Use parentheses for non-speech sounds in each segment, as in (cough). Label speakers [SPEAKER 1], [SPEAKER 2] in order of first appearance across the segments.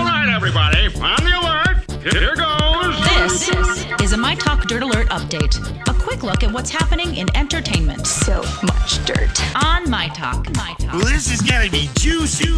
[SPEAKER 1] everybody. On the alert. Here goes.
[SPEAKER 2] This is a My Talk Dirt Alert update. A quick look at what's happening in entertainment
[SPEAKER 3] So much dirt.
[SPEAKER 2] on My Talk. My Talk.
[SPEAKER 4] This is gonna be juicy.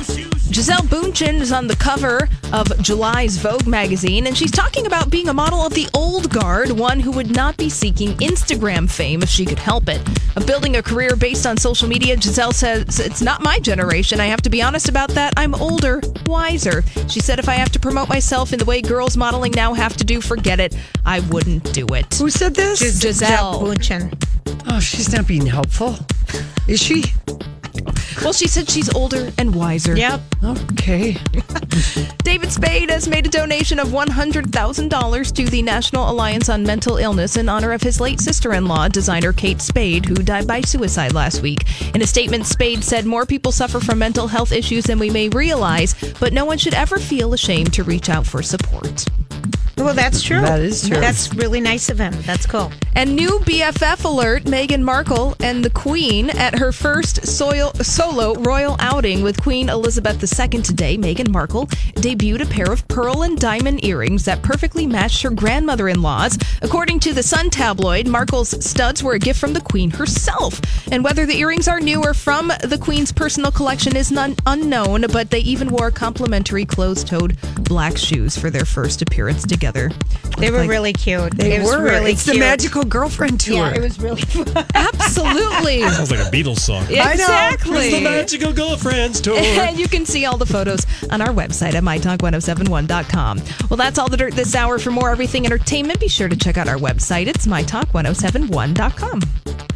[SPEAKER 5] Giselle Bundchen is on the cover of July's Vogue magazine, and she's talking about being a model of the old guard, one who would not be seeking Instagram fame if she could help it. Of building a career based on social media, Giselle says, It's not my generation. I have to be honest about that. I'm older, wiser. She said, If I have to promote myself in the way girls modeling now have to do, forget it. I wouldn't do it.
[SPEAKER 6] Who said this?
[SPEAKER 5] Gis- Giselle.
[SPEAKER 6] Bundchen.
[SPEAKER 4] Oh, she's not being helpful. Is she?
[SPEAKER 5] Well, she said she's older and wiser.
[SPEAKER 6] Yep.
[SPEAKER 4] Okay.
[SPEAKER 5] David Spade has made a donation of $100,000 to the National Alliance on Mental Illness in honor of his late sister in law, designer Kate Spade, who died by suicide last week. In a statement, Spade said, More people suffer from mental health issues than we may realize, but no one should ever feel ashamed to reach out for support.
[SPEAKER 6] Well, that's true.
[SPEAKER 4] That is true.
[SPEAKER 6] That's really nice of him. That's cool.
[SPEAKER 5] And new BFF alert Meghan Markle and the Queen at her first soil, solo royal outing with Queen Elizabeth II today. Meghan Markle debuted a pair of pearl and diamond earrings that perfectly matched her grandmother in law's. According to the Sun tabloid, Markle's studs were a gift from the Queen herself. And whether the earrings are new or from the Queen's personal collection is none unknown, but they even wore complimentary closed toed black shoes for their first appearance together.
[SPEAKER 6] They were
[SPEAKER 5] Like-
[SPEAKER 6] really cute.
[SPEAKER 4] They
[SPEAKER 6] it was
[SPEAKER 4] were.
[SPEAKER 6] really
[SPEAKER 4] it's
[SPEAKER 6] cute.
[SPEAKER 4] the magical girlfriend tour.
[SPEAKER 6] Yeah, it was really fun.
[SPEAKER 5] Absolutely.
[SPEAKER 7] Sounds like a Beatles song.
[SPEAKER 4] I know.
[SPEAKER 5] Exactly.
[SPEAKER 7] It's the Magical Girlfriends Tour.
[SPEAKER 5] (laughs) And you can see all the photos on our website at mytalk1071.com. Well, that's all the dirt oh this hour. For more everything entertainment, be sure to check out our website. It's mytalk1071.com.